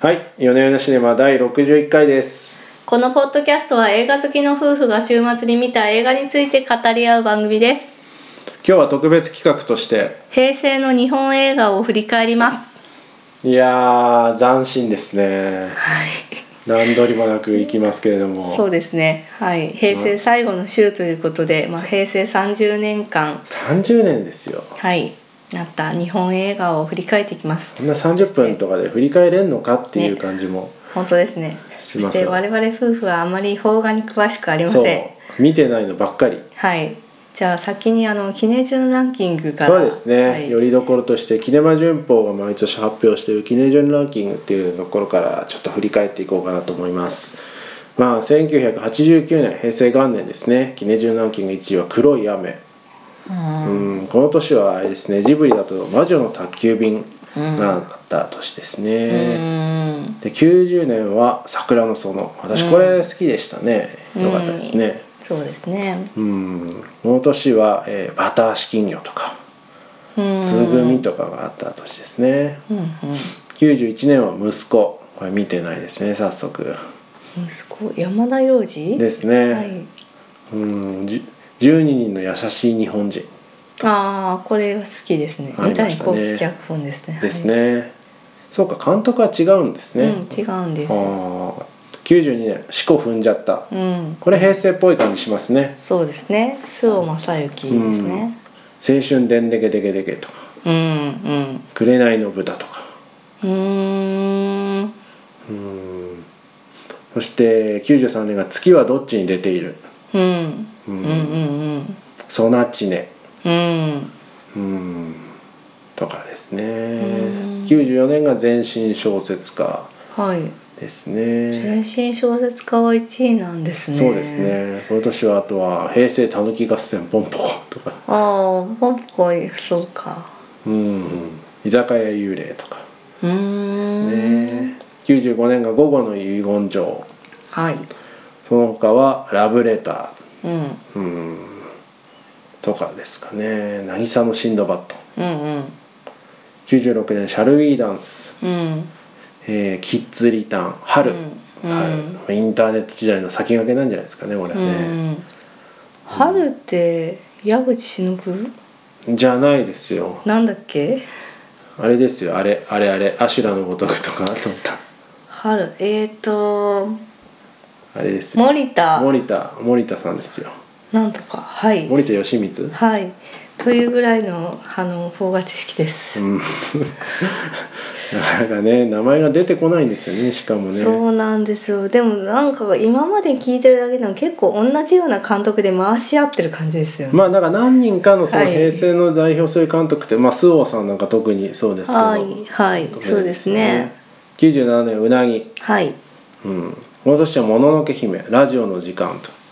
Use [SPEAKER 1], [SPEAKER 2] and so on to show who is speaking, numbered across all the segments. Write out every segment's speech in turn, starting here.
[SPEAKER 1] はい、米米のシネマ第61回です。
[SPEAKER 2] このポッドキャストは映画好きの夫婦が週末に見た映画について語り合う番組です
[SPEAKER 1] 今日は特別企画として、
[SPEAKER 2] 平成の日本映画を振り返ります
[SPEAKER 1] いやー、斬新ですね。何度りもなくいきますけれども、
[SPEAKER 2] そうですねはい平成最後の週ということで、まあ、平成30年間
[SPEAKER 1] 30年ですよ。
[SPEAKER 2] はいなった日本映画を振り返っていきます
[SPEAKER 1] こんな30分とかで振り返れんのかっていう感じも、
[SPEAKER 2] 本当ですね
[SPEAKER 1] し
[SPEAKER 2] そ
[SPEAKER 1] ますよ
[SPEAKER 2] して我々夫婦はあまり邦画に詳しくありま
[SPEAKER 1] そう
[SPEAKER 2] せん
[SPEAKER 1] 見てないのばっかり。
[SPEAKER 2] はいじゃあ先にあのキネ順ランキングから
[SPEAKER 1] そうですね、
[SPEAKER 2] はい
[SPEAKER 1] よりどころとしてキネマ旬報が毎年発表しているキネジョンランキングっていうところからちょっと振り返っていこうかなと思いますまあ1989年平成元年ですねキネジョンランキング1位は「黒い雨」うんこの年はあれですねジブリだと「魔女の宅急便」があった年ですね、
[SPEAKER 2] うん
[SPEAKER 1] で90年は「桜の園」私これ好きでしたね、よかったですね
[SPEAKER 2] そうですね
[SPEAKER 1] うんこの年は、えーバター式金魚」とか
[SPEAKER 2] うん
[SPEAKER 1] つぐみとかがあった年ですね、91年は息子これ見てないですね早速
[SPEAKER 2] 息子山田洋次
[SPEAKER 1] ですね、
[SPEAKER 2] はい、
[SPEAKER 1] うんじゅ12人の優しい日本人
[SPEAKER 2] ああこれは好きですね
[SPEAKER 1] あり
[SPEAKER 2] 三
[SPEAKER 1] ま
[SPEAKER 2] 谷
[SPEAKER 1] したね
[SPEAKER 2] 幸喜脚本ですね
[SPEAKER 1] ですね、そうか監督は違うんです
[SPEAKER 2] は
[SPEAKER 1] ね、
[SPEAKER 2] いうん、違うんですよ
[SPEAKER 1] あー92年「四股踏んじゃった」
[SPEAKER 2] うん
[SPEAKER 1] これ平成っぽい感じしますね
[SPEAKER 2] そうですね周防正幸ですね
[SPEAKER 1] 「青春でんでけでけでけ」とか
[SPEAKER 2] うんうん
[SPEAKER 1] 「紅の豚」とか
[SPEAKER 2] うーん
[SPEAKER 1] うんそして93年が「月はどっちに出ている
[SPEAKER 2] うんうんうん
[SPEAKER 1] ソナチネ」
[SPEAKER 2] うんうん
[SPEAKER 1] うんとかですね94年が全身小説家
[SPEAKER 2] はい
[SPEAKER 1] ですね
[SPEAKER 2] 全身小説家は1位なんですね
[SPEAKER 1] そうですねこの年はあとは「平成たぬき合戦ポンポコ」とか
[SPEAKER 2] ああポンポイそうか
[SPEAKER 1] 「うん居酒屋幽霊」とか
[SPEAKER 2] うーん
[SPEAKER 1] ですね95年が「午後の遺言状
[SPEAKER 2] はい」
[SPEAKER 1] その他は「ラブレタ
[SPEAKER 2] うん
[SPEAKER 1] ー」うんとかですかね「渚のシンドバッド
[SPEAKER 2] うんうん」
[SPEAKER 1] 96年「シャルウィーダンス」
[SPEAKER 2] うん
[SPEAKER 1] えーキッズリターン春、
[SPEAKER 2] うん
[SPEAKER 1] 春インターネット時代の先駆けなんじゃないですかねこれはね、
[SPEAKER 2] うん春って矢口忍
[SPEAKER 1] じゃないですよ
[SPEAKER 2] なんだっけ
[SPEAKER 1] あれですよあれあれあれアシュラのごとくとかと思った
[SPEAKER 2] 春えーと
[SPEAKER 1] あれですよ
[SPEAKER 2] 森田
[SPEAKER 1] 森田森田さんですよ
[SPEAKER 2] なんとかはい
[SPEAKER 1] 森田義満
[SPEAKER 2] はいというぐらいのあの邦画知識です、
[SPEAKER 1] うんなかなかね名前が出てこないんですよねしかもね
[SPEAKER 2] そうなんですよでもなんか今まで聞いてるだけでも結構同じような監督で回し合ってる感じですよね、
[SPEAKER 1] まあだから何人かのその
[SPEAKER 2] はい
[SPEAKER 1] 平成の代表する監督って、まあ周防さんなんか特にそうですけど、
[SPEAKER 2] はいはいそうですね
[SPEAKER 1] 97年うなぎ
[SPEAKER 2] はい
[SPEAKER 1] うん、この年は「もののけ姫」「ラジオの時間」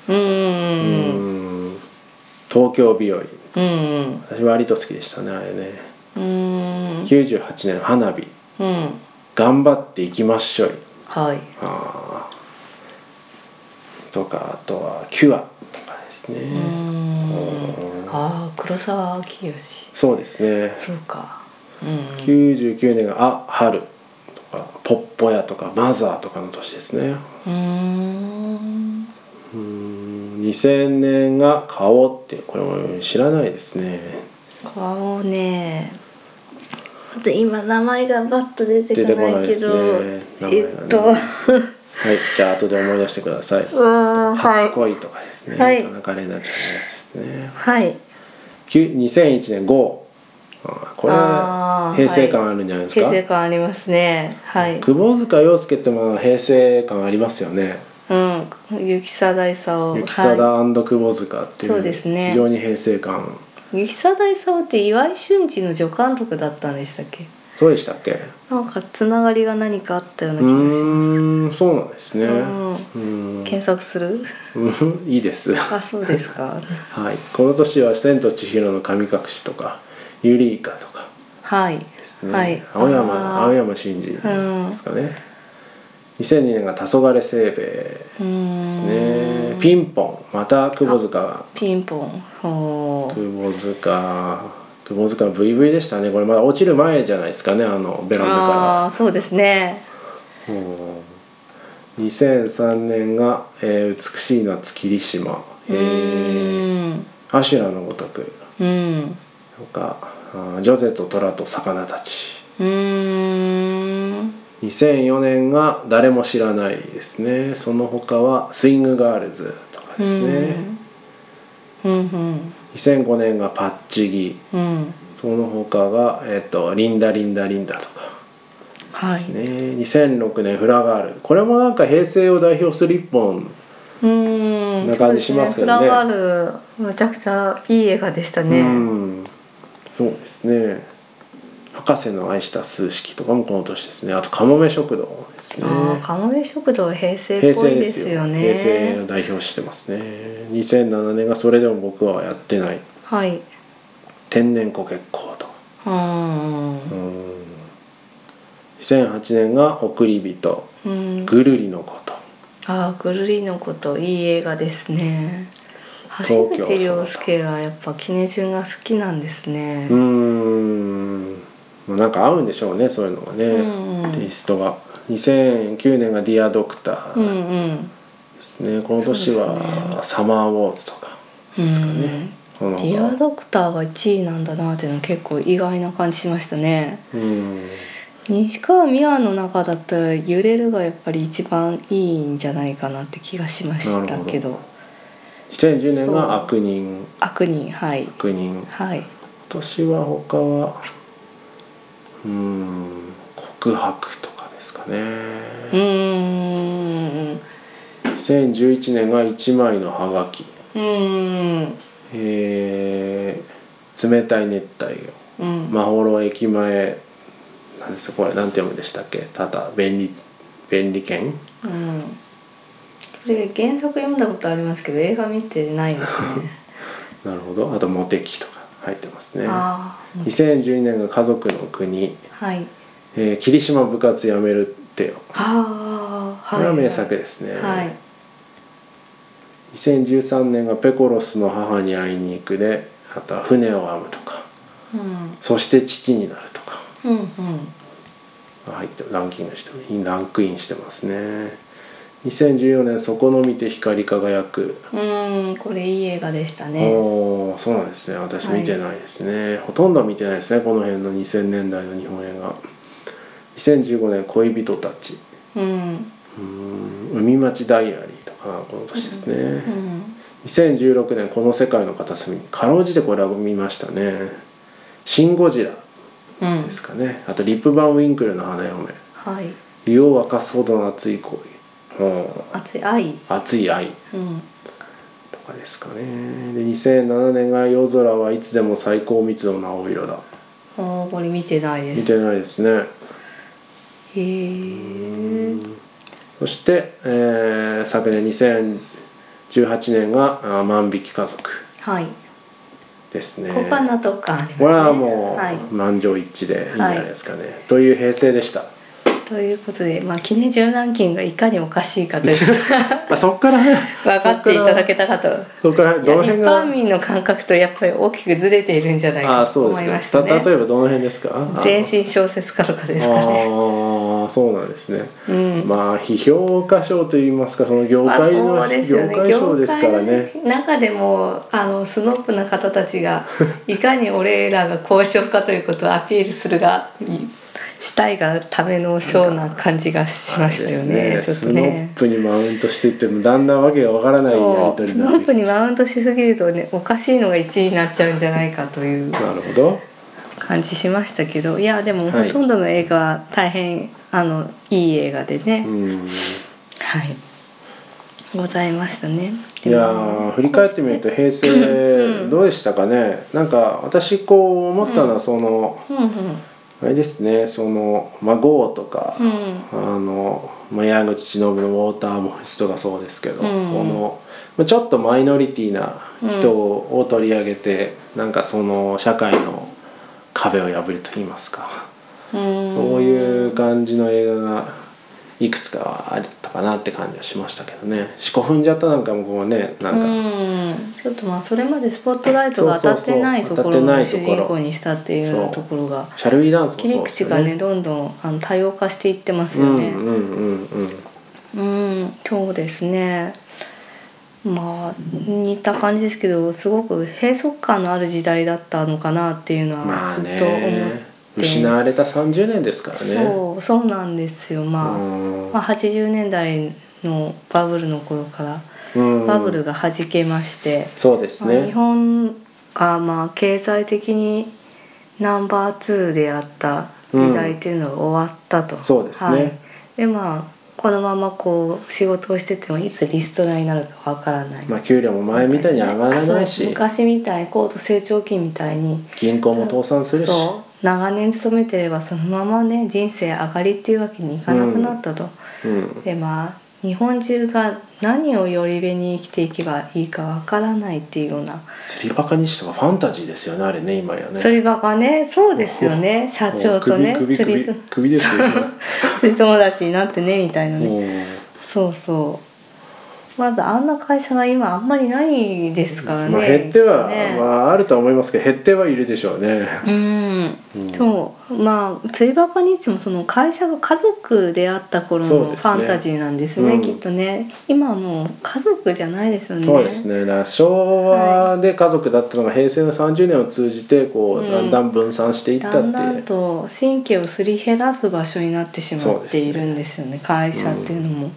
[SPEAKER 1] と
[SPEAKER 2] う
[SPEAKER 1] 「う
[SPEAKER 2] ー
[SPEAKER 1] んーん東京日和」
[SPEAKER 2] うん
[SPEAKER 1] 私割と好きでしたねあれね
[SPEAKER 2] うんうん
[SPEAKER 1] 98年「花火」
[SPEAKER 2] うん
[SPEAKER 1] 「頑張っていきまっしょい
[SPEAKER 2] はい」
[SPEAKER 1] あーとかあとは「キュア」とかですね、
[SPEAKER 2] うーんああ黒沢清
[SPEAKER 1] そうですね
[SPEAKER 2] そうかうん
[SPEAKER 1] 99年が「あ春」とか「ポッポや」とか「マザー」とかの年ですね
[SPEAKER 2] うーん
[SPEAKER 1] うん2000年が「顔」ってこれも知らないですね
[SPEAKER 2] 顔ねちょっと今名前がバッと出て
[SPEAKER 1] 出て
[SPEAKER 2] こ
[SPEAKER 1] こ
[SPEAKER 2] な
[SPEAKER 1] ないい
[SPEAKER 2] け
[SPEAKER 1] ですね
[SPEAKER 2] ど
[SPEAKER 1] 名前
[SPEAKER 2] え
[SPEAKER 1] がね
[SPEAKER 2] っと
[SPEAKER 1] はい、じゃあ後で思い出してください。
[SPEAKER 2] うーんは
[SPEAKER 1] 初
[SPEAKER 2] い
[SPEAKER 1] 恋とかですね。
[SPEAKER 2] はい
[SPEAKER 1] 田中玲奈ちゃんのやつですね。
[SPEAKER 2] はい
[SPEAKER 1] きゅ2001年 GO。あーこれ
[SPEAKER 2] あー
[SPEAKER 1] 平成感あるんじゃないです
[SPEAKER 2] 形
[SPEAKER 1] か。
[SPEAKER 2] 成感ありますねはい
[SPEAKER 1] 久保塚洋介ってまあ平成感ありますよね。
[SPEAKER 2] うん雪貞大佐を
[SPEAKER 1] 雪貞
[SPEAKER 2] は
[SPEAKER 1] 久保塚っていう、
[SPEAKER 2] そうですね
[SPEAKER 1] 非常に平成感。
[SPEAKER 2] い雪貞大佐って岩井俊二の助監督だったんでしたっけ
[SPEAKER 1] そうでしたっけ？う
[SPEAKER 2] なんかつながりが何かあったような気がします
[SPEAKER 1] ーん、そうなんですね。
[SPEAKER 2] うん
[SPEAKER 1] うん、
[SPEAKER 2] 検索する
[SPEAKER 1] うん いいです。
[SPEAKER 2] あそうですか
[SPEAKER 1] はい、この年は千と千尋の神隠しとか、ユリイカとか。
[SPEAKER 2] はい、
[SPEAKER 1] ね
[SPEAKER 2] はい
[SPEAKER 1] 青山
[SPEAKER 2] あー
[SPEAKER 1] 青山真司ですかね、2002年が「黄昏清兵衛」
[SPEAKER 2] う
[SPEAKER 1] で
[SPEAKER 2] ー
[SPEAKER 1] す
[SPEAKER 2] ん
[SPEAKER 1] ねピンポンまた窪塚
[SPEAKER 2] ピンポンほう
[SPEAKER 1] 窪塚窪塚 VV でしたねこれまだ落ちる前じゃないですかねあのベランダ
[SPEAKER 2] あ
[SPEAKER 1] か
[SPEAKER 2] あーそうですね
[SPEAKER 1] らうん2003年が、えー美しい夏霧島」え
[SPEAKER 2] う
[SPEAKER 1] ー
[SPEAKER 2] ん
[SPEAKER 1] アシュラのごとく」
[SPEAKER 2] うん
[SPEAKER 1] とかあー「ジョゼと虎と魚たち
[SPEAKER 2] うーん」
[SPEAKER 1] 2004年が「誰も知らない」ですねその他は「スイングガールズ」とかですね
[SPEAKER 2] うんうん
[SPEAKER 1] 2005年が「パッチギ
[SPEAKER 2] うん」
[SPEAKER 1] その他が、えーと「リンダリンダリンダ」とか
[SPEAKER 2] はい
[SPEAKER 1] ね2006年「フラガール」これもなんか平成を代表する一本
[SPEAKER 2] うーん
[SPEAKER 1] な感じしますけどね
[SPEAKER 2] そうですフラガールむちゃくちゃいい映画でしたね
[SPEAKER 1] うんそうですね博士の愛した数式とかもこの年ですねあと「かもめ食堂」ですね
[SPEAKER 2] ああカモメ食堂は平成
[SPEAKER 1] 平
[SPEAKER 2] っぽ
[SPEAKER 1] 成
[SPEAKER 2] い
[SPEAKER 1] で
[SPEAKER 2] です
[SPEAKER 1] す
[SPEAKER 2] よ
[SPEAKER 1] よ
[SPEAKER 2] ね
[SPEAKER 1] 平成を代表してますね2007年が「それでも僕はやってない
[SPEAKER 2] はい
[SPEAKER 1] 天然湖結構」とか
[SPEAKER 2] うん
[SPEAKER 1] うん2008年が「送り人」
[SPEAKER 2] う
[SPEAKER 1] 「
[SPEAKER 2] ん
[SPEAKER 1] ぐるりのこと」
[SPEAKER 2] ああぐるりのこといい映画ですね橋
[SPEAKER 1] 東京
[SPEAKER 2] 口洋介がやっぱキネチュンが好きなんですね
[SPEAKER 1] うーんまあなんか合うんでしょうねそういうのがね、
[SPEAKER 2] うんうん
[SPEAKER 1] テイストが2009年が「ディアドクター」
[SPEAKER 2] うんうん
[SPEAKER 1] ですねこの年
[SPEAKER 2] そうですね
[SPEAKER 1] は「サマーウォーズ」とかですかね、この
[SPEAKER 2] ディア
[SPEAKER 1] 他
[SPEAKER 2] ドクターが1位なんだなっていうのは結構意外な感じしましたね
[SPEAKER 1] うん
[SPEAKER 2] 西川美和の中だったら「揺れる」がやっぱり一番いいんじゃないかなって気がしましたけど
[SPEAKER 1] なるほ2010年
[SPEAKER 2] そう
[SPEAKER 1] が「悪人」
[SPEAKER 2] 悪人はい
[SPEAKER 1] 「悪人」今
[SPEAKER 2] はい
[SPEAKER 1] 年は他はうーん「告白」とかですか
[SPEAKER 2] う
[SPEAKER 1] ね
[SPEAKER 2] ーんう
[SPEAKER 1] 2011年が「一枚のハガキ
[SPEAKER 2] ーん」
[SPEAKER 1] えー冷たい熱帯魚」
[SPEAKER 2] うん
[SPEAKER 1] まほろ駅前なんですかこれなんて読むんでしたっけただ便利便利券
[SPEAKER 2] うんこれ原作読んだことありますけど映画見てないです
[SPEAKER 1] なるほどあとモテ期とか入ってますね
[SPEAKER 2] ねああ
[SPEAKER 1] 2012年が家族の国、
[SPEAKER 2] はい
[SPEAKER 1] えー霧島部活やめるってよ
[SPEAKER 2] ああ
[SPEAKER 1] こ
[SPEAKER 2] は
[SPEAKER 1] れ
[SPEAKER 2] い
[SPEAKER 1] は名作ですね、
[SPEAKER 2] はい
[SPEAKER 1] 2013年がペコロスの母に会いに行くであとは船を編むとか
[SPEAKER 2] うん
[SPEAKER 1] そして父になるとか
[SPEAKER 2] うん
[SPEAKER 1] 入ってランキングしてランクインしてますね2014年「そこの見て光り輝く」
[SPEAKER 2] うんうんこれいい映画でしたね
[SPEAKER 1] おおそうなんですね私見てないですね、ほとんど見てないですねこの辺の2000年代の日本映画2015年「恋人たち」
[SPEAKER 2] うん
[SPEAKER 1] うーん「海町ダイアリー」とかこの年ですね、
[SPEAKER 2] うん
[SPEAKER 1] 2016年「この世界の片隅」かろうじてこれは見ましたね「シン・ゴジラ
[SPEAKER 2] うん」
[SPEAKER 1] ですかねあと「リップ・バン・ウィンクルの花嫁」
[SPEAKER 2] はい
[SPEAKER 1] 「湯を沸かすほどの熱い恋」うん
[SPEAKER 2] 熱い愛
[SPEAKER 1] 「熱い愛」
[SPEAKER 2] うん
[SPEAKER 1] とかですかねで2007年が「夜空はいつでも最高密度の青色だ」
[SPEAKER 2] おーこれ見てないで
[SPEAKER 1] 見
[SPEAKER 2] す
[SPEAKER 1] てないですね
[SPEAKER 2] へえ
[SPEAKER 1] そして、えー昨年2018年が「あ万引き家族
[SPEAKER 2] はい」
[SPEAKER 1] ですね
[SPEAKER 2] 小花とかありますね
[SPEAKER 1] これはもう、
[SPEAKER 2] はい
[SPEAKER 1] 満場一致でいいんじゃないですかね、という平成でした、
[SPEAKER 2] ということで、まあ、記念順ランキングがいかにおかしいか という
[SPEAKER 1] まあ、そっからね
[SPEAKER 2] 分かっていただけたかと。
[SPEAKER 1] そっから
[SPEAKER 2] い
[SPEAKER 1] ど
[SPEAKER 2] や
[SPEAKER 1] の
[SPEAKER 2] 一
[SPEAKER 1] 辺
[SPEAKER 2] 般
[SPEAKER 1] が
[SPEAKER 2] 民の感覚とやっぱり大きくずれているんじゃない
[SPEAKER 1] あ
[SPEAKER 2] か
[SPEAKER 1] あ
[SPEAKER 2] と
[SPEAKER 1] そう
[SPEAKER 2] 思い
[SPEAKER 1] で
[SPEAKER 2] ますし
[SPEAKER 1] か、
[SPEAKER 2] た
[SPEAKER 1] た例え
[SPEAKER 2] ね。
[SPEAKER 1] ばどの辺ですかあ
[SPEAKER 2] 全身小説家とかですかね。
[SPEAKER 1] ああそうなんですね、
[SPEAKER 2] うん
[SPEAKER 1] まあ批評家賞といいますかその業
[SPEAKER 2] まあ
[SPEAKER 1] 界の、
[SPEAKER 2] そうですよ
[SPEAKER 1] 業
[SPEAKER 2] ね。
[SPEAKER 1] 界賞
[SPEAKER 2] 業
[SPEAKER 1] ですから
[SPEAKER 2] 界
[SPEAKER 1] ね
[SPEAKER 2] の中でもあのスノップな方たちが いかに俺らが交渉家ということをアピールするがしたいがための賞な感じがしましたよね。ちょっとね
[SPEAKER 1] スノッ。プにマウントしていってもだんだんわけがわからないやり
[SPEAKER 2] そ
[SPEAKER 1] 取
[SPEAKER 2] う
[SPEAKER 1] り
[SPEAKER 2] ス
[SPEAKER 1] に
[SPEAKER 2] ノ
[SPEAKER 1] なってき
[SPEAKER 2] ッ
[SPEAKER 1] て
[SPEAKER 2] プにマウントしすぎるとねおかしいのが1位になっちゃうんじゃないかという
[SPEAKER 1] なるほど
[SPEAKER 2] 感じしましたけどいやでも
[SPEAKER 1] は
[SPEAKER 2] ほ
[SPEAKER 1] い
[SPEAKER 2] とんどの映画は大変、あのいい映画でね、
[SPEAKER 1] うん
[SPEAKER 2] はいございましたね。
[SPEAKER 1] いやー振り返ってみると平成どうでしたかね、なんか私こう思ったのはその、
[SPEAKER 2] うんうん
[SPEAKER 1] あれですねその「まあ、GO」とか、
[SPEAKER 2] うん
[SPEAKER 1] あのまあ矢口忍の「ウォーターボイス」とかそうですけど、
[SPEAKER 2] うん
[SPEAKER 1] そのまあちょっとマイノリティな人を取り上げて、なんかその社会の壁を破ると言いますか、
[SPEAKER 2] うん
[SPEAKER 1] そういう感じの映画がいくつかはあったかなって感じはしましたけどね四股踏んじゃったなんかもこうねなんか、
[SPEAKER 2] うんちょっとまあそれまでスポットライトが当たってないところを主人公にしたっていうところが
[SPEAKER 1] シャルウィーダンスも
[SPEAKER 2] 切り口がねどんどんあの多様化していってます
[SPEAKER 1] う
[SPEAKER 2] よ
[SPEAKER 1] んう
[SPEAKER 2] ね。
[SPEAKER 1] んうんうん
[SPEAKER 2] うん、そうですね。まあ似た感じですけどすごく閉塞感のある時代だったのかなっていうのは
[SPEAKER 1] まあ
[SPEAKER 2] ずっと思って、
[SPEAKER 1] ね失われた30年ですからね
[SPEAKER 2] そうそうなんですよまあ,、
[SPEAKER 1] うん
[SPEAKER 2] まあ80年代のバブルの頃から
[SPEAKER 1] うん
[SPEAKER 2] バブルが弾けまして、
[SPEAKER 1] そうです
[SPEAKER 2] まあ日
[SPEAKER 1] ね
[SPEAKER 2] 本がまあ経済的にナンバー2であった時代っていうのが終わったと、
[SPEAKER 1] そうですね
[SPEAKER 2] はい、でまあこのままこう仕事をしててもいつリストラになるかわからない、
[SPEAKER 1] まあ給料も前みたいに上がらない
[SPEAKER 2] そう
[SPEAKER 1] し
[SPEAKER 2] 昔みたいに高度成長期みたいに
[SPEAKER 1] 銀行も倒産するし
[SPEAKER 2] そう長年勤めてればそのままね人生上がりっていうわけにいかなくなったと、
[SPEAKER 1] うん
[SPEAKER 2] でまあ日本中が何をよりべに生きていけばいいかわからないっていうような
[SPEAKER 1] 釣りバカにしてはファンタジーですよねあれね今やね
[SPEAKER 2] 釣り場がねそうですよね社長とね
[SPEAKER 1] もう首
[SPEAKER 2] 釣
[SPEAKER 1] 首
[SPEAKER 2] り
[SPEAKER 1] 首首ですよね
[SPEAKER 2] そう釣り友達になってねみたいなね
[SPEAKER 1] うん
[SPEAKER 2] そうそうまだあんな会社が今あんまりないですからね、
[SPEAKER 1] まあ減っては、
[SPEAKER 2] きっとね
[SPEAKER 1] まあ、あるとは思いますけど減ってはいるでしょうね。
[SPEAKER 2] うん、そうまあ釣りバカにしてもその会社が家族であった頃
[SPEAKER 1] そうです
[SPEAKER 2] のフ
[SPEAKER 1] ね
[SPEAKER 2] ァンタジーなんですよね
[SPEAKER 1] うん
[SPEAKER 2] きっとね今はもう家族じゃないですよね
[SPEAKER 1] そうですねだから昭和で家族だったのが平成の30年を通じてこう、
[SPEAKER 2] うん
[SPEAKER 1] だんだん分散していったって
[SPEAKER 2] だ
[SPEAKER 1] いうん
[SPEAKER 2] だんと神経をすり減らす場所になってしまっているんですよね会社っていうのも。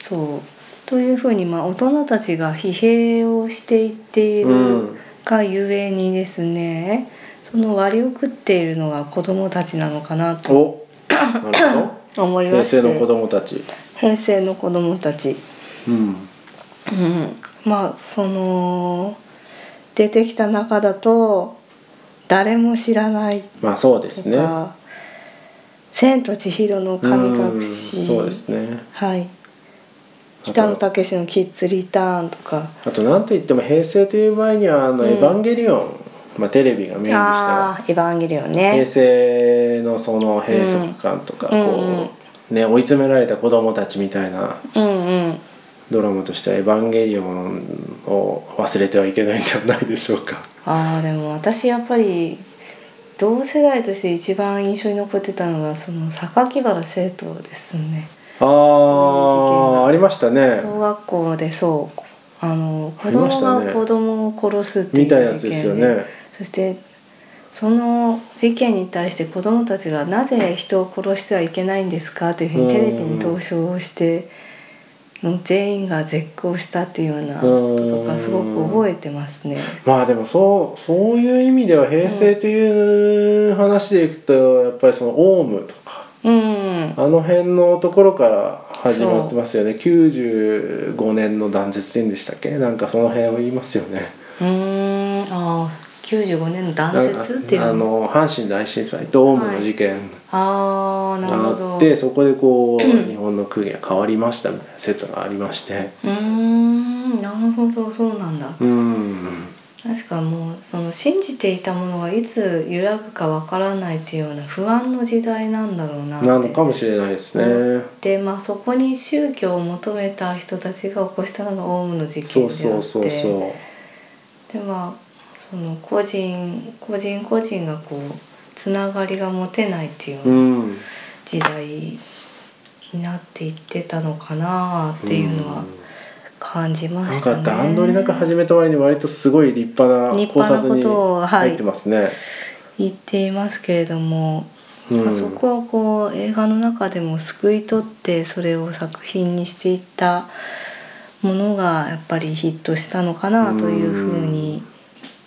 [SPEAKER 2] そうというふうにまあ大人たちが疲弊をしていってい
[SPEAKER 1] うん
[SPEAKER 2] るがゆえにですね、その割を食っているのが子どもたちなのかなと
[SPEAKER 1] おな るほ
[SPEAKER 2] 思い
[SPEAKER 1] ど
[SPEAKER 2] ま
[SPEAKER 1] 平
[SPEAKER 2] す
[SPEAKER 1] 成の子供たち。
[SPEAKER 2] 平成の子どもたち。
[SPEAKER 1] うん
[SPEAKER 2] うん、まあその出てきた中だと誰も知らない
[SPEAKER 1] まあそうです
[SPEAKER 2] と
[SPEAKER 1] ね。
[SPEAKER 2] か、千と千尋の神隠
[SPEAKER 1] う
[SPEAKER 2] し
[SPEAKER 1] ん、そうですね。
[SPEAKER 2] はい、
[SPEAKER 1] あと
[SPEAKER 2] 北野武のキッズリターンとか、
[SPEAKER 1] あとなんといっても平成という前にはあの「
[SPEAKER 2] うん
[SPEAKER 1] エヴァンゲリオン」まあ、テレビがメインでした
[SPEAKER 2] ああーエヴァンゲリオン
[SPEAKER 1] 平
[SPEAKER 2] ね、
[SPEAKER 1] 成のその閉塞感とか、
[SPEAKER 2] うん
[SPEAKER 1] こう、
[SPEAKER 2] うんうん
[SPEAKER 1] ね追い詰められた子供たちみたいな
[SPEAKER 2] うんうん、
[SPEAKER 1] ドラマとしては「エヴァンゲリオン」を忘れてはいけないんじゃないでしょうか。
[SPEAKER 2] ああでも私やっぱり同世代として一番印象に残ってたのがその榊原生徒ですね。
[SPEAKER 1] あ
[SPEAKER 2] 事件
[SPEAKER 1] ー
[SPEAKER 2] が
[SPEAKER 1] ありましたね。
[SPEAKER 2] 小学校でそうあの
[SPEAKER 1] あ
[SPEAKER 2] 子
[SPEAKER 1] りまし
[SPEAKER 2] 供
[SPEAKER 1] たね
[SPEAKER 2] が子供を殺すってい
[SPEAKER 1] みたいなや
[SPEAKER 2] う
[SPEAKER 1] つ
[SPEAKER 2] 事
[SPEAKER 1] ですよ
[SPEAKER 2] 件
[SPEAKER 1] ね
[SPEAKER 2] でそしてその事件に対して子供たちがなぜ人を殺してはいけないんですかというふうにテレビに投書をして全員が絶交したっていうようなこととかすごく覚えてますね。
[SPEAKER 1] まあでもそうそういう意味では平成という話でいくとやっぱりそのオウムとか
[SPEAKER 2] うん、
[SPEAKER 1] あの辺のところから始まってますよね95年の断絶点でしたっけなんかその辺を言いますよね。
[SPEAKER 2] うんああ95年の断絶ってい
[SPEAKER 1] ああ
[SPEAKER 2] うの
[SPEAKER 1] の阪神大震災とオウムの事件
[SPEAKER 2] ああなる
[SPEAKER 1] があ
[SPEAKER 2] ほど。
[SPEAKER 1] って、そこでこう、日本の空気が変わりましたみたいな説がありまして
[SPEAKER 2] うーんなるほどそうなんだ。
[SPEAKER 1] うん
[SPEAKER 2] 確かもうその信じていたものがいつ揺らぐかわからないっていうような不安の時代なんだろうなって
[SPEAKER 1] なのかもしれないですね。
[SPEAKER 2] でまあそこに宗教を求めた人たちが起こしたのがオウムの事
[SPEAKER 1] そ
[SPEAKER 2] 件
[SPEAKER 1] う
[SPEAKER 2] であ
[SPEAKER 1] そ
[SPEAKER 2] っ
[SPEAKER 1] うそう
[SPEAKER 2] て
[SPEAKER 1] そ
[SPEAKER 2] でまあその個人個人個人がこうつながりが持てないっていうよ
[SPEAKER 1] う。
[SPEAKER 2] うな
[SPEAKER 1] うん
[SPEAKER 2] 時代になっていってたのかなっていうのは感じま
[SPEAKER 1] なん
[SPEAKER 2] したね。
[SPEAKER 1] か段取りなく始めた割に割とすごい立派な
[SPEAKER 2] 立
[SPEAKER 1] 考
[SPEAKER 2] 派な
[SPEAKER 1] 察に
[SPEAKER 2] ことをはい
[SPEAKER 1] 入ってますね。
[SPEAKER 2] 言っていますけれども、
[SPEAKER 1] うん
[SPEAKER 2] まあそこをこう映画の中でも救い取ってそれを作品にしていったものがやっぱりヒットしたのかなというふうに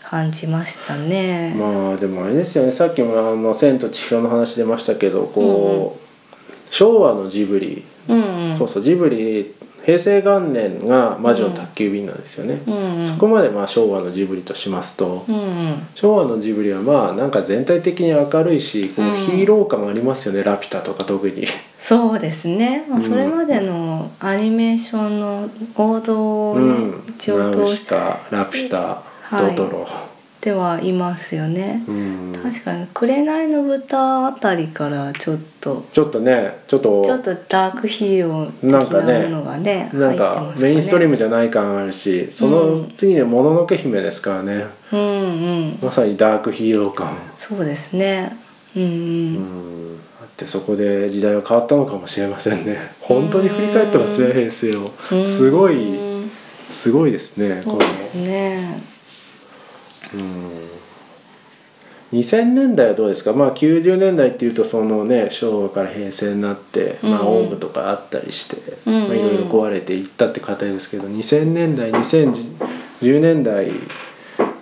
[SPEAKER 2] 感じましたね。
[SPEAKER 1] まあでもあれですよねさっきもあの「千と千尋」の話出ましたけどこう、昭和のジブリ、
[SPEAKER 2] うんうん
[SPEAKER 1] そうそうジブリ平成元年が「魔女の宅急便」なんですよね。
[SPEAKER 2] うんうん
[SPEAKER 1] そこまでまあ昭和のジブリとしますと、
[SPEAKER 2] うんうん
[SPEAKER 1] 昭和のジブリはまあなんか全体的に明るいしこ
[SPEAKER 2] う
[SPEAKER 1] うんヒーロー感がありますよね、ラピュタとか特に。
[SPEAKER 2] そうですね、まあ
[SPEAKER 1] うん
[SPEAKER 2] それまでのアニメーションの王道をね、
[SPEAKER 1] うん、
[SPEAKER 2] 一応通
[SPEAKER 1] ナウ
[SPEAKER 2] し
[SPEAKER 1] シカラピュタ、
[SPEAKER 2] はい
[SPEAKER 1] トトロ。
[SPEAKER 2] ってはいますよね、
[SPEAKER 1] うん
[SPEAKER 2] 確かに「紅の豚」あたりからちょっと
[SPEAKER 1] ちょっとねちょっと
[SPEAKER 2] ちょっとダークヒーロー
[SPEAKER 1] なん
[SPEAKER 2] 的
[SPEAKER 1] かね
[SPEAKER 2] なものがね
[SPEAKER 1] な
[SPEAKER 2] 入
[SPEAKER 1] ん
[SPEAKER 2] ってます
[SPEAKER 1] か
[SPEAKER 2] ね
[SPEAKER 1] メインストリームじゃない感あるしその次に「もののけ姫」ですからね、
[SPEAKER 2] うんうん
[SPEAKER 1] まさにダークヒーロー感、
[SPEAKER 2] そうですねうんうん、
[SPEAKER 1] うん、あってそこで時代が変わったのかもしれませんね本当に振り返ったら強い平成を
[SPEAKER 2] うん
[SPEAKER 1] すごいすごいですね
[SPEAKER 2] そうですね
[SPEAKER 1] 2000年代はどうですか、まあ、90年代っていうとそのね昭和から平成になって、まあ、
[SPEAKER 2] うんうん
[SPEAKER 1] オウムとかあったりして、
[SPEAKER 2] うんうん
[SPEAKER 1] まあ、いろいろ壊れていったって形ですけど2000年代2010年代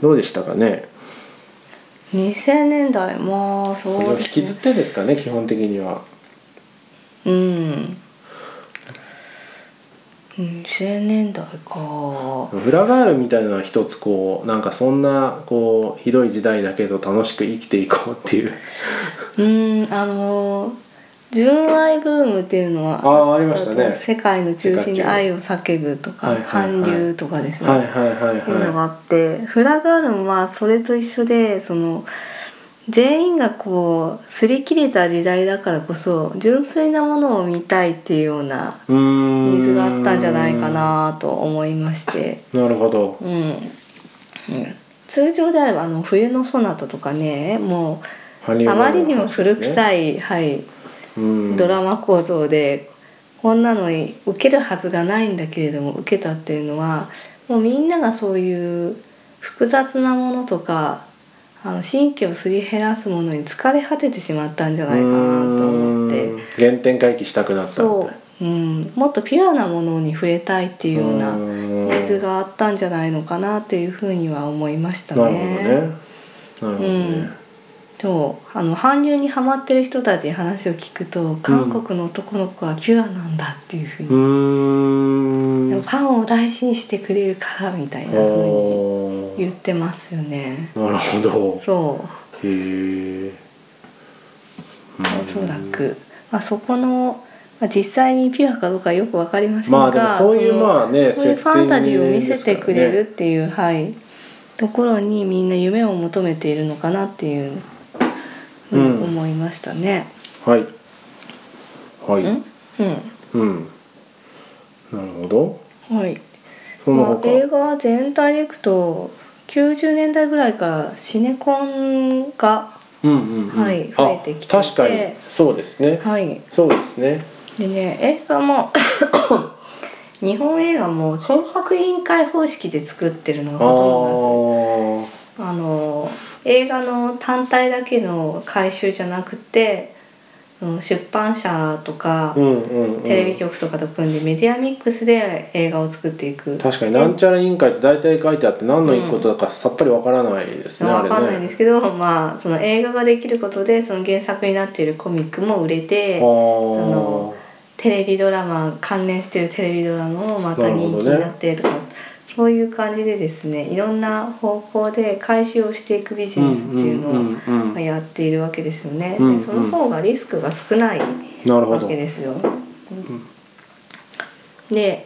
[SPEAKER 1] どうでしたかね
[SPEAKER 2] 2000年代まあそう
[SPEAKER 1] 引
[SPEAKER 2] です
[SPEAKER 1] き
[SPEAKER 2] ね
[SPEAKER 1] ずってですかね基本的には。
[SPEAKER 2] うん2000年代か
[SPEAKER 1] フラガールみたいなのは一つこうなんかそんなこうひどい時代だけど楽しく生きていこうっていう
[SPEAKER 2] うんあの純愛ブームっていうのは
[SPEAKER 1] ああありましたね
[SPEAKER 2] あと世界の中心に愛を叫ぶとか
[SPEAKER 1] はいはいはい
[SPEAKER 2] 韓流とかですね、
[SPEAKER 1] はいはいはい
[SPEAKER 2] っていうのが
[SPEAKER 1] は。
[SPEAKER 2] あって、フラガールもまあそれと一緒でその全員がこう擦り切れた時代だからこそ純粋なものを見たいっていうようない
[SPEAKER 1] うーん
[SPEAKER 2] ニーズがあったんじゃないかなと思いまして、
[SPEAKER 1] なるほど。
[SPEAKER 2] うんうん、通常であればあの冬のソナタとかねも
[SPEAKER 1] あ
[SPEAKER 2] うあまりにも古
[SPEAKER 1] い、
[SPEAKER 2] 臭い、はい、
[SPEAKER 1] うん、
[SPEAKER 2] ドラマ構造でこんなのに受けるはずがないんだけれども受けたっていうのはもうみんながそういう複雑なものとかあの神経をすり減らすものに疲れ果ててしまったんじゃないかなと思って
[SPEAKER 1] うーん原点回帰したくなった
[SPEAKER 2] そう、うん、もっとピュアなものに触れたいっていうような
[SPEAKER 1] うー
[SPEAKER 2] ニ
[SPEAKER 1] ん
[SPEAKER 2] ーズがあったんじゃないのかなっていうふうには思いました
[SPEAKER 1] なるほど
[SPEAKER 2] ね。
[SPEAKER 1] ねなるほどね、
[SPEAKER 2] そうあの韓流にハマってる人たちに話を聞くと韓国の男の子はピュアなんだっていうふうに
[SPEAKER 1] うーん
[SPEAKER 2] でもファンを大事にしてくれるからみたいな風に
[SPEAKER 1] おー
[SPEAKER 2] 言ってますよね。
[SPEAKER 1] なるほど
[SPEAKER 2] そ
[SPEAKER 1] へえ
[SPEAKER 2] う、おそらく、まあ、そこの、まあ、実際にピュアかどうかよくわかりません
[SPEAKER 1] ま
[SPEAKER 2] が、
[SPEAKER 1] あでもそういう
[SPEAKER 2] その
[SPEAKER 1] まあね
[SPEAKER 2] そういうフ
[SPEAKER 1] 設定
[SPEAKER 2] ァンタジーを見せてくれる
[SPEAKER 1] で
[SPEAKER 2] っていう、はいところにみんな夢を求めているのかなっていうふうに思いましたね。
[SPEAKER 1] はいはい
[SPEAKER 2] うん、
[SPEAKER 1] うんなるほど
[SPEAKER 2] うん、はい。
[SPEAKER 1] その
[SPEAKER 2] まあ、
[SPEAKER 1] 他、
[SPEAKER 2] 映画全体でいくと90年代ぐらいからシネコンが
[SPEAKER 1] うんうんうん
[SPEAKER 2] はい増えてきてて
[SPEAKER 1] あ確かにそうですね
[SPEAKER 2] はい
[SPEAKER 1] そうですね
[SPEAKER 2] でね映画も 日本映画も制作委員会方式で作ってるの
[SPEAKER 1] あ
[SPEAKER 2] が
[SPEAKER 1] あ
[SPEAKER 2] ほ
[SPEAKER 1] ー
[SPEAKER 2] とんどなんですあの映画の単体だけの回収じゃなくてうん出版社とか、
[SPEAKER 1] うんうん、うん、
[SPEAKER 2] テレビ局とかと組んでメディアミックスで映画を作っていく
[SPEAKER 1] 確かになんちゃら委員会って大体書いてあって何の一ことだかさっぱりわからないですね、あれ
[SPEAKER 2] わ
[SPEAKER 1] ね
[SPEAKER 2] かんないんですけど、まあその映画ができることでその原作になっているコミックも売れ
[SPEAKER 1] あ
[SPEAKER 2] て
[SPEAKER 1] ー
[SPEAKER 2] のテレビドラマ関連してるテレビドラマもまた人気になってとか、そういう感じでですねいろんな方向で回収をしていくビジネスってい
[SPEAKER 1] うん
[SPEAKER 2] うの
[SPEAKER 1] うんうんうん
[SPEAKER 2] をやっているわけですよね。
[SPEAKER 1] うんうん
[SPEAKER 2] でその方がリスクが少ない
[SPEAKER 1] なるほ
[SPEAKER 2] わ
[SPEAKER 1] ど
[SPEAKER 2] けですよ。で、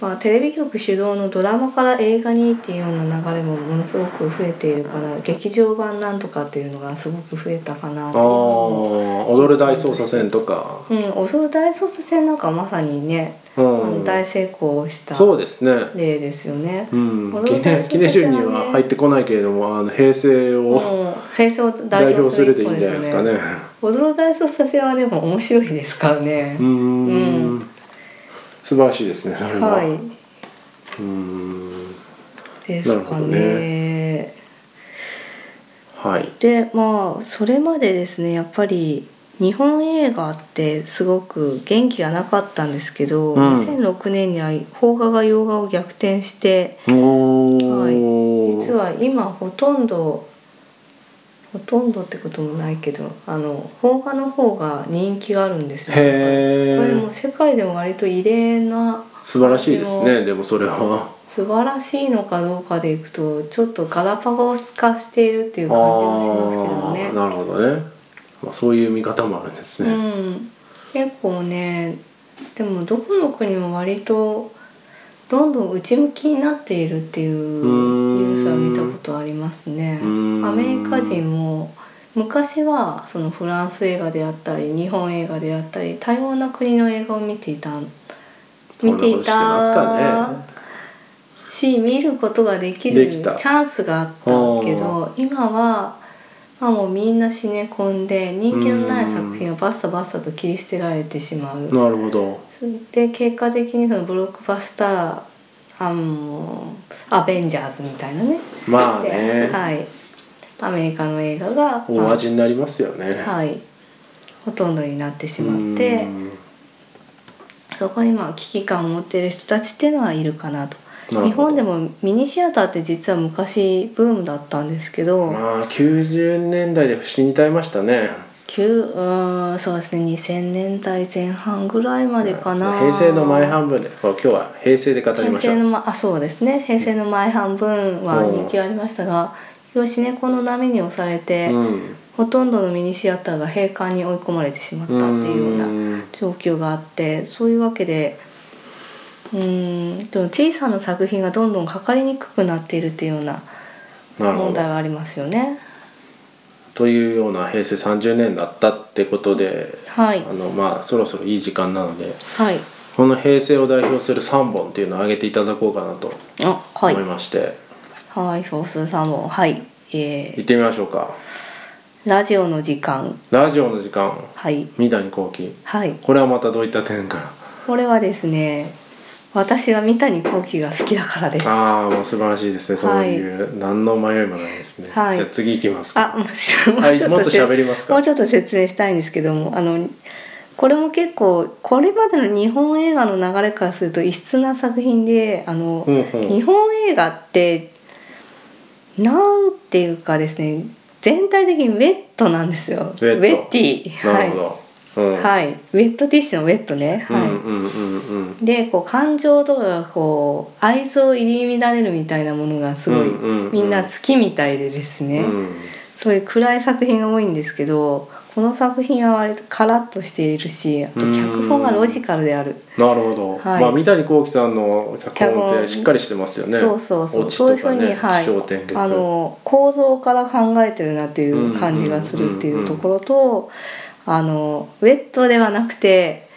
[SPEAKER 2] まあ、テレビ局主導のドラマから映画にっていうような流れもものすごく増えているから劇場版なんとかっていうのがすごく増えたかな
[SPEAKER 1] あ
[SPEAKER 2] というのも
[SPEAKER 1] ー踊る大捜査線とか、
[SPEAKER 2] うん、恐る大卒戦なんかまさにね、
[SPEAKER 1] う
[SPEAKER 2] あの
[SPEAKER 1] ん、
[SPEAKER 2] 大成功をした
[SPEAKER 1] そうですね
[SPEAKER 2] 例ですよね。
[SPEAKER 1] うん
[SPEAKER 2] 踊
[SPEAKER 1] 記
[SPEAKER 2] る大
[SPEAKER 1] 念
[SPEAKER 2] 捜査線はね
[SPEAKER 1] 記念順には入ってこないけれどもあの平成を
[SPEAKER 2] もう平成を代
[SPEAKER 1] 代
[SPEAKER 2] 表
[SPEAKER 1] 表
[SPEAKER 2] す
[SPEAKER 1] する
[SPEAKER 2] る
[SPEAKER 1] でいい
[SPEAKER 2] 一本
[SPEAKER 1] ん
[SPEAKER 2] で
[SPEAKER 1] じゃ
[SPEAKER 2] す
[SPEAKER 1] ない
[SPEAKER 2] よ
[SPEAKER 1] ですかね
[SPEAKER 2] ね。踊る大捜査線はでも面白いですからね
[SPEAKER 1] うー。ん
[SPEAKER 2] うん
[SPEAKER 1] ん素晴らしいですねそれは、
[SPEAKER 2] は
[SPEAKER 1] うーん
[SPEAKER 2] い、です
[SPEAKER 1] なる
[SPEAKER 2] か
[SPEAKER 1] ほど
[SPEAKER 2] ね。
[SPEAKER 1] はい
[SPEAKER 2] でまあそれまでですねやっぱり日本映画ってすごく元気がなかったんですけど、
[SPEAKER 1] うん
[SPEAKER 2] 2006年には邦画が洋画を逆転して
[SPEAKER 1] おー、
[SPEAKER 2] 実は今ほとんどほとんどってこともないけどあの邦画の方が人気があるんですよこ
[SPEAKER 1] へ
[SPEAKER 2] れ
[SPEAKER 1] え
[SPEAKER 2] も世界でも割と異例な
[SPEAKER 1] 素晴らしいです
[SPEAKER 2] 感じの
[SPEAKER 1] ねでもそれは
[SPEAKER 2] 素晴らしいのかどうかでいくとちょっとガラパゴス化しているっていう感じがしますけどね
[SPEAKER 1] あー。なるほどね、まあ、そういう見方もあるんですね、
[SPEAKER 2] うん、結構ねでもどこの国も割とどんどん内向きになっているっていう
[SPEAKER 1] ーん
[SPEAKER 2] ニュースは見たこことありますね。ア
[SPEAKER 1] うん
[SPEAKER 2] メリカ人も昔はそのフランス映画であったり日本映画であったり多様な国の映画を見ていた見てい
[SPEAKER 1] こんなことしてますか
[SPEAKER 2] た
[SPEAKER 1] ね
[SPEAKER 2] し見ることができ
[SPEAKER 1] で
[SPEAKER 2] るチ
[SPEAKER 1] きた
[SPEAKER 2] ャンスがあったけど今は、まあ、もうみんなシネコンで人気のない作品をバッサバッサと切り捨てられてしまう。
[SPEAKER 1] なるほど
[SPEAKER 2] で結果的にそのブロックバスターあのアベンジャーズみたいなね
[SPEAKER 1] まあ
[SPEAKER 2] で
[SPEAKER 1] ね
[SPEAKER 2] はい、アメリカの映画が、
[SPEAKER 1] 大味になりますよね
[SPEAKER 2] まあはい、ほとんどになってしまって
[SPEAKER 1] うん
[SPEAKER 2] そこにまあ危機感を持っている人たちっていうのはいるかなと
[SPEAKER 1] なるほど
[SPEAKER 2] 日本でもミニシアターって実は昔ブームだったんですけど、
[SPEAKER 1] まあ90年代で死に絶えましたね
[SPEAKER 2] きゅううーんそうですね2000年代前半ぐらいまでかな
[SPEAKER 1] 平成の前半分でこう今日は平成で語り
[SPEAKER 2] 平
[SPEAKER 1] ましょ
[SPEAKER 2] 成
[SPEAKER 1] う
[SPEAKER 2] の、ま、あそうですね平成の前半分は人気ありましたがシネコの波に押されて、
[SPEAKER 1] うん、
[SPEAKER 2] ほとんどのミニシアターが閉館に追い込まれてしまったっていうような
[SPEAKER 1] うん
[SPEAKER 2] 状況があってそういうわけでうーんでも小さな作品がどんどんかかりにくくなっているっていうような
[SPEAKER 1] なるほ
[SPEAKER 2] 問
[SPEAKER 1] ど
[SPEAKER 2] 題はありますよね。
[SPEAKER 1] というような平成30年だったってことで、
[SPEAKER 2] はい
[SPEAKER 1] あのまあそろそろいい時間なので
[SPEAKER 2] はい
[SPEAKER 1] この平成を代表する3本っていうのを挙げていただこうかなと
[SPEAKER 2] あはい
[SPEAKER 1] 思いまして、
[SPEAKER 2] はいフォースさんもはい、えー
[SPEAKER 1] 行ってみましょうか
[SPEAKER 2] ラジオの時間
[SPEAKER 1] ラジオの時間
[SPEAKER 2] はい
[SPEAKER 1] 三谷幸喜
[SPEAKER 2] はい
[SPEAKER 1] これはまたどういった点から
[SPEAKER 2] これはですね私が三谷幸喜が好きだからですあ
[SPEAKER 1] ああもう素晴らしいですねそういう、何の迷いもないですね、
[SPEAKER 2] はい
[SPEAKER 1] じゃあ次行きますか
[SPEAKER 2] もうも
[SPEAKER 1] は
[SPEAKER 2] う
[SPEAKER 1] い
[SPEAKER 2] ちょっと,、
[SPEAKER 1] もっと喋りますか
[SPEAKER 2] もうちょっと説明したいんですけどもあのこれも結構これまでの日本映画の流れからすると異質な作品であの、
[SPEAKER 1] うんうん
[SPEAKER 2] 日本映画ってなんていうかですね全体的にウェットなんですよ
[SPEAKER 1] ェット
[SPEAKER 2] ティ
[SPEAKER 1] なるほ
[SPEAKER 2] は
[SPEAKER 1] ど、うん
[SPEAKER 2] い、はい、ウェットティッシュのウェットね、
[SPEAKER 1] う
[SPEAKER 2] はい
[SPEAKER 1] んうんうんうん
[SPEAKER 2] でこう感情とかがこう愛想入り乱れるみたいなものがすごい
[SPEAKER 1] うんうんうん
[SPEAKER 2] みんな好きみたいでですね、
[SPEAKER 1] うん
[SPEAKER 2] そういう暗い作品が多いんですけどこの作品は割とカラッとしているしあと脚本がロジカルである、
[SPEAKER 1] なるほど、
[SPEAKER 2] はい
[SPEAKER 1] まあ三谷幸喜さんの脚本っ
[SPEAKER 2] 脚
[SPEAKER 1] て
[SPEAKER 2] 本
[SPEAKER 1] しっかりしてますよね
[SPEAKER 2] そうそうそう、
[SPEAKER 1] オチ
[SPEAKER 2] そういう
[SPEAKER 1] と
[SPEAKER 2] ふう
[SPEAKER 1] か
[SPEAKER 2] に、
[SPEAKER 1] ね
[SPEAKER 2] はい、
[SPEAKER 1] 起承転結
[SPEAKER 2] あの構造から考えてるなってい
[SPEAKER 1] んうん
[SPEAKER 2] う
[SPEAKER 1] うん
[SPEAKER 2] う感じがするっていうところと、あのウェットではなくて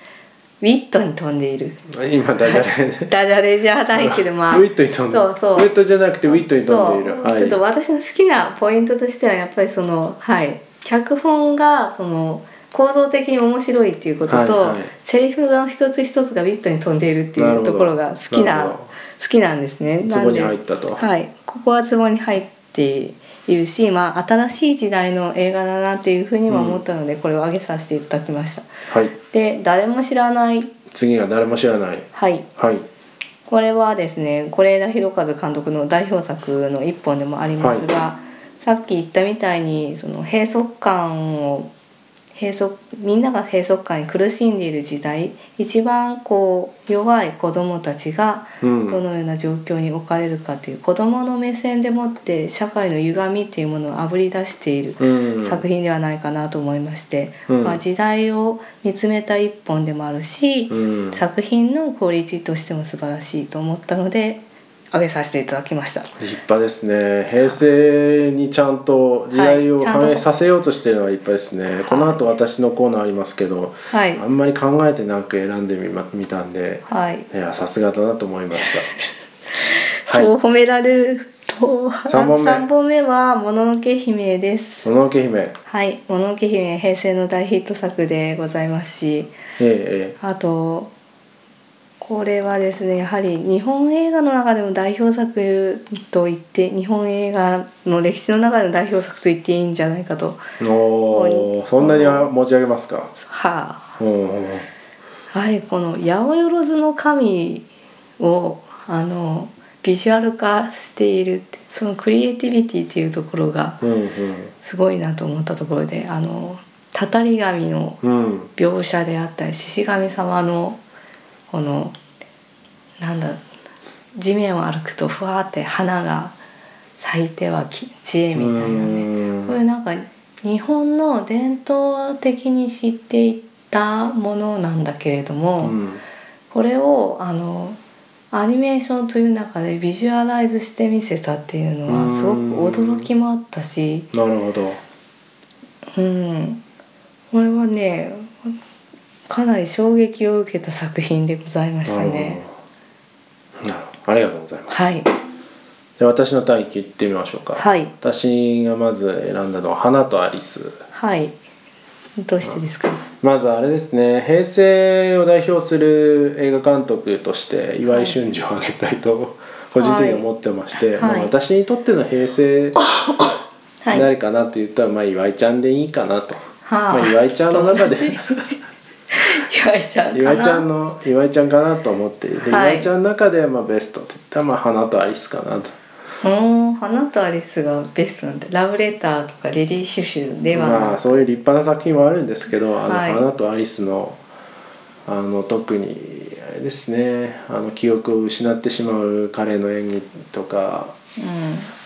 [SPEAKER 2] ウィットに飛んでいる
[SPEAKER 1] 今ダジャレ ね
[SPEAKER 2] ダジャレじゃないけどまあ
[SPEAKER 1] ウィットに飛んでる
[SPEAKER 2] そうそう
[SPEAKER 1] ウィットじゃなくてウィットに飛んでい
[SPEAKER 2] そ
[SPEAKER 1] る
[SPEAKER 2] うちょっと私の好きなポイントとしてはやっぱりそのはい脚本がその構造的に面白いっていうことと、
[SPEAKER 1] はいはい
[SPEAKER 2] セリフが一つ一つがビットに飛んでいるって
[SPEAKER 1] ないる
[SPEAKER 2] う
[SPEAKER 1] ほど
[SPEAKER 2] ところが好き
[SPEAKER 1] な
[SPEAKER 2] な
[SPEAKER 1] るほ
[SPEAKER 2] 好きなんですね。
[SPEAKER 1] ど
[SPEAKER 2] な
[SPEAKER 1] ツボ
[SPEAKER 2] ん
[SPEAKER 1] に
[SPEAKER 2] で
[SPEAKER 1] 入ったと、
[SPEAKER 2] はい、ここはツボに入っているし、まあ、新しい時代の映画だなっていうふうにも思ったので、これを挙げさせていただきました。
[SPEAKER 1] はい、
[SPEAKER 2] で誰も知らない、
[SPEAKER 1] 次が誰も知らない
[SPEAKER 2] はい、
[SPEAKER 1] はい
[SPEAKER 2] これはですね是枝裕和監督の代表作の一本でもありますが、さっき言ったみたいにその閉塞感を閉塞みんなが閉塞感に苦しんでいる時代一番こう弱い子どもたちが
[SPEAKER 1] う
[SPEAKER 2] ど
[SPEAKER 1] ん
[SPEAKER 2] のような状況に置かれるかという、子どもの目線でもって社会の歪みっていうものをあぶり出している
[SPEAKER 1] うん
[SPEAKER 2] 作品ではないかなと思いまして、
[SPEAKER 1] うん
[SPEAKER 2] まあ、時代を見つめた一本でもあるし、
[SPEAKER 1] うん
[SPEAKER 2] 作品のクオリティとしても素晴らしいと思ったので挙げさせていただきました
[SPEAKER 1] 立派ですね平成にちゃんと時代を
[SPEAKER 2] はいちゃんと
[SPEAKER 1] 反映させようとしてるのが立派ですね、この後私のコーナーありますけど、
[SPEAKER 2] はい
[SPEAKER 1] あんまり考えてなく選んでみま見たんで
[SPEAKER 2] はい、
[SPEAKER 1] いやさすがだなと思いました はい
[SPEAKER 2] そう褒められると
[SPEAKER 1] 三本目
[SPEAKER 2] 三本目は「もののけ姫」です
[SPEAKER 1] そのけ姫え
[SPEAKER 2] はい「もののけ姫」平成の大ヒット作でございますし
[SPEAKER 1] ええ
[SPEAKER 2] あとこれはですねやはり日本映画の中でも代表作と言って日本映画の歴史の中での代表作と言っていいんじゃないかと
[SPEAKER 1] えおおそんなに持ち上げますか
[SPEAKER 2] は
[SPEAKER 1] お
[SPEAKER 2] あ
[SPEAKER 1] ー
[SPEAKER 2] はい、この「八百万の神を」あのビジュアル化しているってそのクリエイティビティっていうところが
[SPEAKER 1] うん
[SPEAKER 2] すごいなと思ったところであのたたり神の
[SPEAKER 1] うんうん
[SPEAKER 2] 描写であったり獅子神様のこのなんだ地面を歩くとふわーって花が咲いてはき知恵みたいなね
[SPEAKER 1] うん
[SPEAKER 2] こういうなんか日本の伝統的に知っていたものなんだけれど
[SPEAKER 1] う
[SPEAKER 2] も、
[SPEAKER 1] ん
[SPEAKER 2] これをあのアニメーションという中でビジュアライズしてみせたっていうのはすごく驚きもあったし
[SPEAKER 1] なるほど
[SPEAKER 2] うんこれはねかなり衝撃を受けた作品でございましたね。
[SPEAKER 1] うんなるほどありがとうございます
[SPEAKER 2] はい
[SPEAKER 1] じゃあ私の単位言ってみましょうか
[SPEAKER 2] はい
[SPEAKER 1] 私がまず選んだのは「花とアリス」
[SPEAKER 2] はいどうしてですか、
[SPEAKER 1] まずあれですね平成を代表する映画監督として岩井俊二を挙げたいと個人的には思ってまして、
[SPEAKER 2] はいはい
[SPEAKER 1] まあ、私にとっての平成
[SPEAKER 2] はい、
[SPEAKER 1] 誰かなって言ったら、まあ、岩井ちゃんでいいかなと、
[SPEAKER 2] はあ
[SPEAKER 1] まあ、岩井ちゃんの中で
[SPEAKER 2] 友達岩井ちゃんかな
[SPEAKER 1] 岩井ちゃんの岩井ちゃんかなと思ってで、
[SPEAKER 2] はい
[SPEAKER 1] 岩井ちゃんの中で、まあ、ベストって言ったら、まあ、花とアリスかなと。
[SPEAKER 2] うん花とアリスがベストなんでラブレターとかレディーシュシュではなく、
[SPEAKER 1] まあそういう立派な作品はあるんですけど「あの
[SPEAKER 2] はい
[SPEAKER 1] 花とアリスの」あの特にあれですねあの記憶を失ってしまう彼の演技とか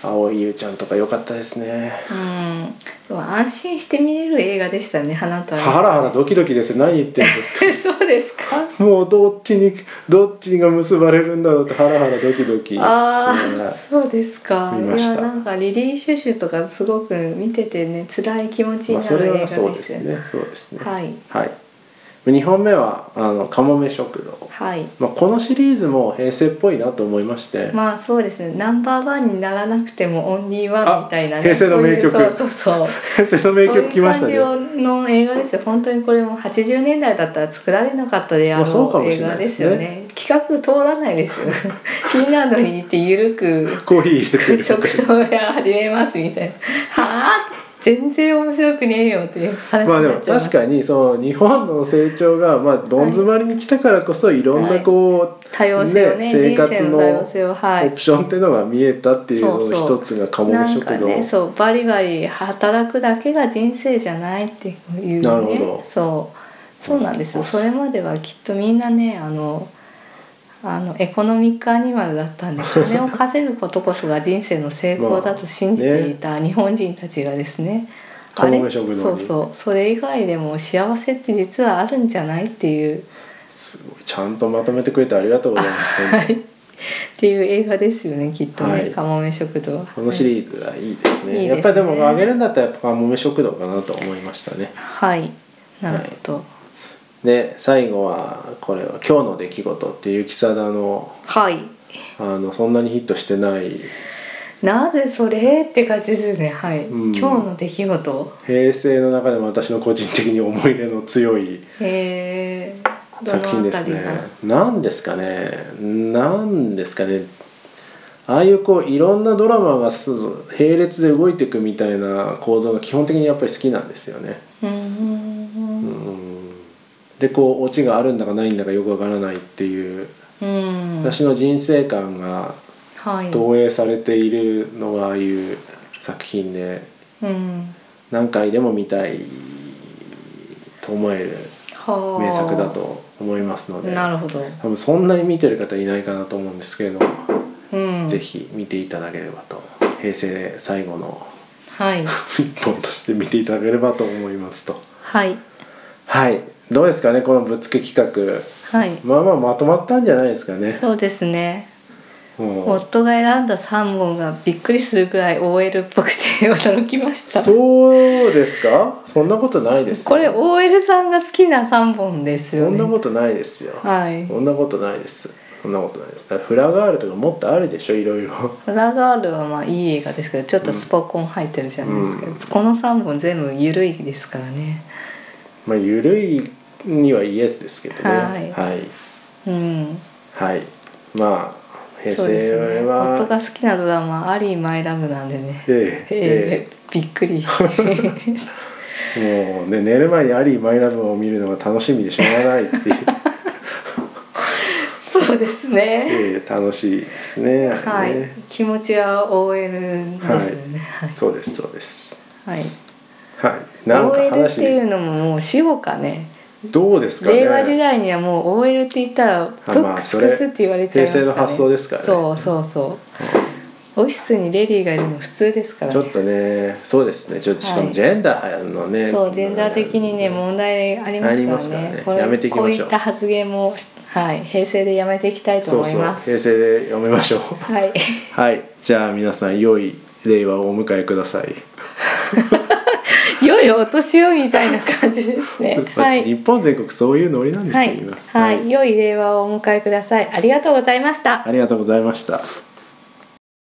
[SPEAKER 1] 蒼井優ちゃんとか良かったですね。
[SPEAKER 2] うん、うん、でも安心して見れる映画でしたね花とアリス
[SPEAKER 1] ハラハラドキドキです何言ってるんですか
[SPEAKER 2] そうですか
[SPEAKER 1] もうどっちにどっちが結ばれるんだろうとハラハラドキドキしな
[SPEAKER 2] あ
[SPEAKER 1] が
[SPEAKER 2] あ
[SPEAKER 1] ら
[SPEAKER 2] そうですか
[SPEAKER 1] 見ました
[SPEAKER 2] いやなんかリリー・シュシュとかすごく見ててね辛い気持ち
[SPEAKER 1] ま
[SPEAKER 2] に
[SPEAKER 1] あそ
[SPEAKER 2] なる
[SPEAKER 1] れ
[SPEAKER 2] 映
[SPEAKER 1] は
[SPEAKER 2] 画で
[SPEAKER 1] そうで
[SPEAKER 2] し
[SPEAKER 1] す
[SPEAKER 2] たよね,、
[SPEAKER 1] ねそうですね
[SPEAKER 2] はい
[SPEAKER 1] はい、2本目はあの「かもめ食堂」
[SPEAKER 2] はい
[SPEAKER 1] まあ、このシリーズも平成っぽいなと思いまして、
[SPEAKER 2] まあそうですねナンバーワンにならなくてもオンリーワンみたいな、ね、
[SPEAKER 1] あ平成の名曲
[SPEAKER 2] そういうそうそうそう
[SPEAKER 1] 平成の名曲来ましたね
[SPEAKER 2] そういう感じの映画ですよ本当にこれも80年代だったら作られなかったであ
[SPEAKER 1] まあそうか
[SPEAKER 2] ろう
[SPEAKER 1] もし
[SPEAKER 2] 映
[SPEAKER 1] れな
[SPEAKER 2] 画
[SPEAKER 1] いで
[SPEAKER 2] ですす
[SPEAKER 1] ね
[SPEAKER 2] よね企画通らないですよ フィンランドに行ってゆるく
[SPEAKER 1] コーヒー入れてる
[SPEAKER 2] 食堂屋始めますみたいな はあ全然面白くねえよっていう話
[SPEAKER 1] まあ
[SPEAKER 2] に
[SPEAKER 1] で
[SPEAKER 2] な
[SPEAKER 1] も
[SPEAKER 2] っちゃいます
[SPEAKER 1] 確かにその日本の成長がまあどん詰まりに来たからこそいろんなこう、
[SPEAKER 2] 多様性をね
[SPEAKER 1] 生
[SPEAKER 2] 人
[SPEAKER 1] 活
[SPEAKER 2] 生の
[SPEAKER 1] の
[SPEAKER 2] 多様性をは
[SPEAKER 1] オ
[SPEAKER 2] い
[SPEAKER 1] プションっていうのが見えたっていうの
[SPEAKER 2] そう
[SPEAKER 1] の
[SPEAKER 2] そう
[SPEAKER 1] 一つが「かもめ
[SPEAKER 2] なん
[SPEAKER 1] 食
[SPEAKER 2] か
[SPEAKER 1] 堂」
[SPEAKER 2] ねそうバリバリ働くだけが人生じゃないっていうね
[SPEAKER 1] なるほど
[SPEAKER 2] そうそうなんです
[SPEAKER 1] う
[SPEAKER 2] よ
[SPEAKER 1] ん
[SPEAKER 2] それまではきっとみんなねあのあのエコノミックアニマルだったんで金を稼ぐことこそが人生の成功だと信じていた日本人たちがですね,、
[SPEAKER 1] カモメ
[SPEAKER 2] そ
[SPEAKER 1] 食堂に
[SPEAKER 2] うそうそれ以外でも幸せって実はあるんじゃないっていう
[SPEAKER 1] すごいちゃんとまとめてくれてありがとうございます
[SPEAKER 2] はいっていう映画ですよねきっとね、
[SPEAKER 1] はい
[SPEAKER 2] カモメ食堂は
[SPEAKER 1] このシリーズはいいですね
[SPEAKER 2] いいですね
[SPEAKER 1] やっぱりでもあげるんだったらやっぱ「かもめ食堂」かなと思いましたね
[SPEAKER 2] はいなるほど、
[SPEAKER 1] で最後はこれは「今日の出来事」っていうきさだの
[SPEAKER 2] はい。
[SPEAKER 1] あのそんなにヒットしてない
[SPEAKER 2] なぜそれって感じですね。はい。
[SPEAKER 1] うん
[SPEAKER 2] 今日の出来事。
[SPEAKER 1] 平成の中でも私の個人的に思い入れの強い
[SPEAKER 2] えー、
[SPEAKER 1] 作品ですね
[SPEAKER 2] どのあたりが。
[SPEAKER 1] なんですかねなんですかねああいうこういろんなドラマがす並列で動いていくみたいな構造が基本的にやっぱり好きなんですよね。
[SPEAKER 2] うーん。
[SPEAKER 1] うんでこうオチがあるんだかないんだかよくわからないっていう
[SPEAKER 2] うん。
[SPEAKER 1] 私の人生観が
[SPEAKER 2] はい。
[SPEAKER 1] 投影されているのがああいう作品で
[SPEAKER 2] うん。
[SPEAKER 1] 何回でも見たいと思える
[SPEAKER 2] はあ。
[SPEAKER 1] 名作だ。と思いますので
[SPEAKER 2] なるほど。
[SPEAKER 1] 多分そんなに見てる方いないかなと思うんですけれども、
[SPEAKER 2] うん。
[SPEAKER 1] ぜ。ひ見ていただければと平成最後の
[SPEAKER 2] はい。
[SPEAKER 1] 一本として見ていただければと思いますと
[SPEAKER 2] はい。
[SPEAKER 1] はいどうですかねこのぶっつけ企画
[SPEAKER 2] はい。
[SPEAKER 1] まあまあまとまったんじゃないですかね
[SPEAKER 2] そうですね。
[SPEAKER 1] もう
[SPEAKER 2] 夫が選んだ三本がびっくりするぐらい OL っぽくて驚きました。
[SPEAKER 1] そうですかそんなことないですよ
[SPEAKER 2] これ OL さんが好きな三本です
[SPEAKER 1] そ
[SPEAKER 2] よ
[SPEAKER 1] ん
[SPEAKER 2] ね。
[SPEAKER 1] なことないですよ
[SPEAKER 2] はい。
[SPEAKER 1] そんなことないですそんなことないですだからフラガールとかもっとあるでしょいろいろ
[SPEAKER 2] フラガールはまあいい映画ですけどちょっとスポコン入ってるじゃないですか、
[SPEAKER 1] うん
[SPEAKER 2] この3本全部緩いですからね
[SPEAKER 1] まあゆるいにはイエスですけどね
[SPEAKER 2] はい
[SPEAKER 1] はい
[SPEAKER 2] うん
[SPEAKER 1] はいまあ平
[SPEAKER 2] そうです
[SPEAKER 1] 成
[SPEAKER 2] ね
[SPEAKER 1] は、
[SPEAKER 2] 夫が好きなドラマ「アリー・マイ・ラブ」なんでね
[SPEAKER 1] ええ
[SPEAKER 2] ええびっ くり
[SPEAKER 1] もうね寝る前に「アリーマイラブ」を見るのが楽しみでしょうがないっていう
[SPEAKER 2] そうですね、
[SPEAKER 1] ええ楽しいですねあ
[SPEAKER 2] は
[SPEAKER 1] れ
[SPEAKER 2] い
[SPEAKER 1] ね
[SPEAKER 2] 気持ちは OL ですよね
[SPEAKER 1] そうですそうです
[SPEAKER 2] はい、はい
[SPEAKER 1] はいなんか
[SPEAKER 2] OL ってい
[SPEAKER 1] 話
[SPEAKER 2] うのももう死後かね
[SPEAKER 1] どうですかね
[SPEAKER 2] 令和時代にはもう OL って言ったらブ
[SPEAKER 1] あまあ
[SPEAKER 2] ックスクスって言われちゃいますから、
[SPEAKER 1] それ平成の
[SPEAKER 2] ね、
[SPEAKER 1] 発想ですからね
[SPEAKER 2] そうそうそうオフィスにレディーがいるの普通ですから
[SPEAKER 1] ちょ
[SPEAKER 2] ね
[SPEAKER 1] っとねそうですねちょっとしか
[SPEAKER 2] は
[SPEAKER 1] も
[SPEAKER 2] い
[SPEAKER 1] ジェンダーのね、
[SPEAKER 2] そうジェンダー的にね問題ありますからね
[SPEAKER 1] ありますからね
[SPEAKER 2] これ
[SPEAKER 1] やめていきましょう
[SPEAKER 2] こういった発言も、はい、平成でやめていきたいと
[SPEAKER 1] そうそ
[SPEAKER 2] 思
[SPEAKER 1] う
[SPEAKER 2] います
[SPEAKER 1] 平成で読めましょう
[SPEAKER 2] はい
[SPEAKER 1] はいじゃあ皆さん良い令和をお迎えください、
[SPEAKER 2] 良いお年をみたいな感じです ねは
[SPEAKER 1] 日
[SPEAKER 2] い
[SPEAKER 1] 本全国そういうノリなんです
[SPEAKER 2] は
[SPEAKER 1] よ
[SPEAKER 2] い
[SPEAKER 1] 今、、
[SPEAKER 2] はい、良い令和をお迎えくださいありがとうございました
[SPEAKER 1] ありがとうございました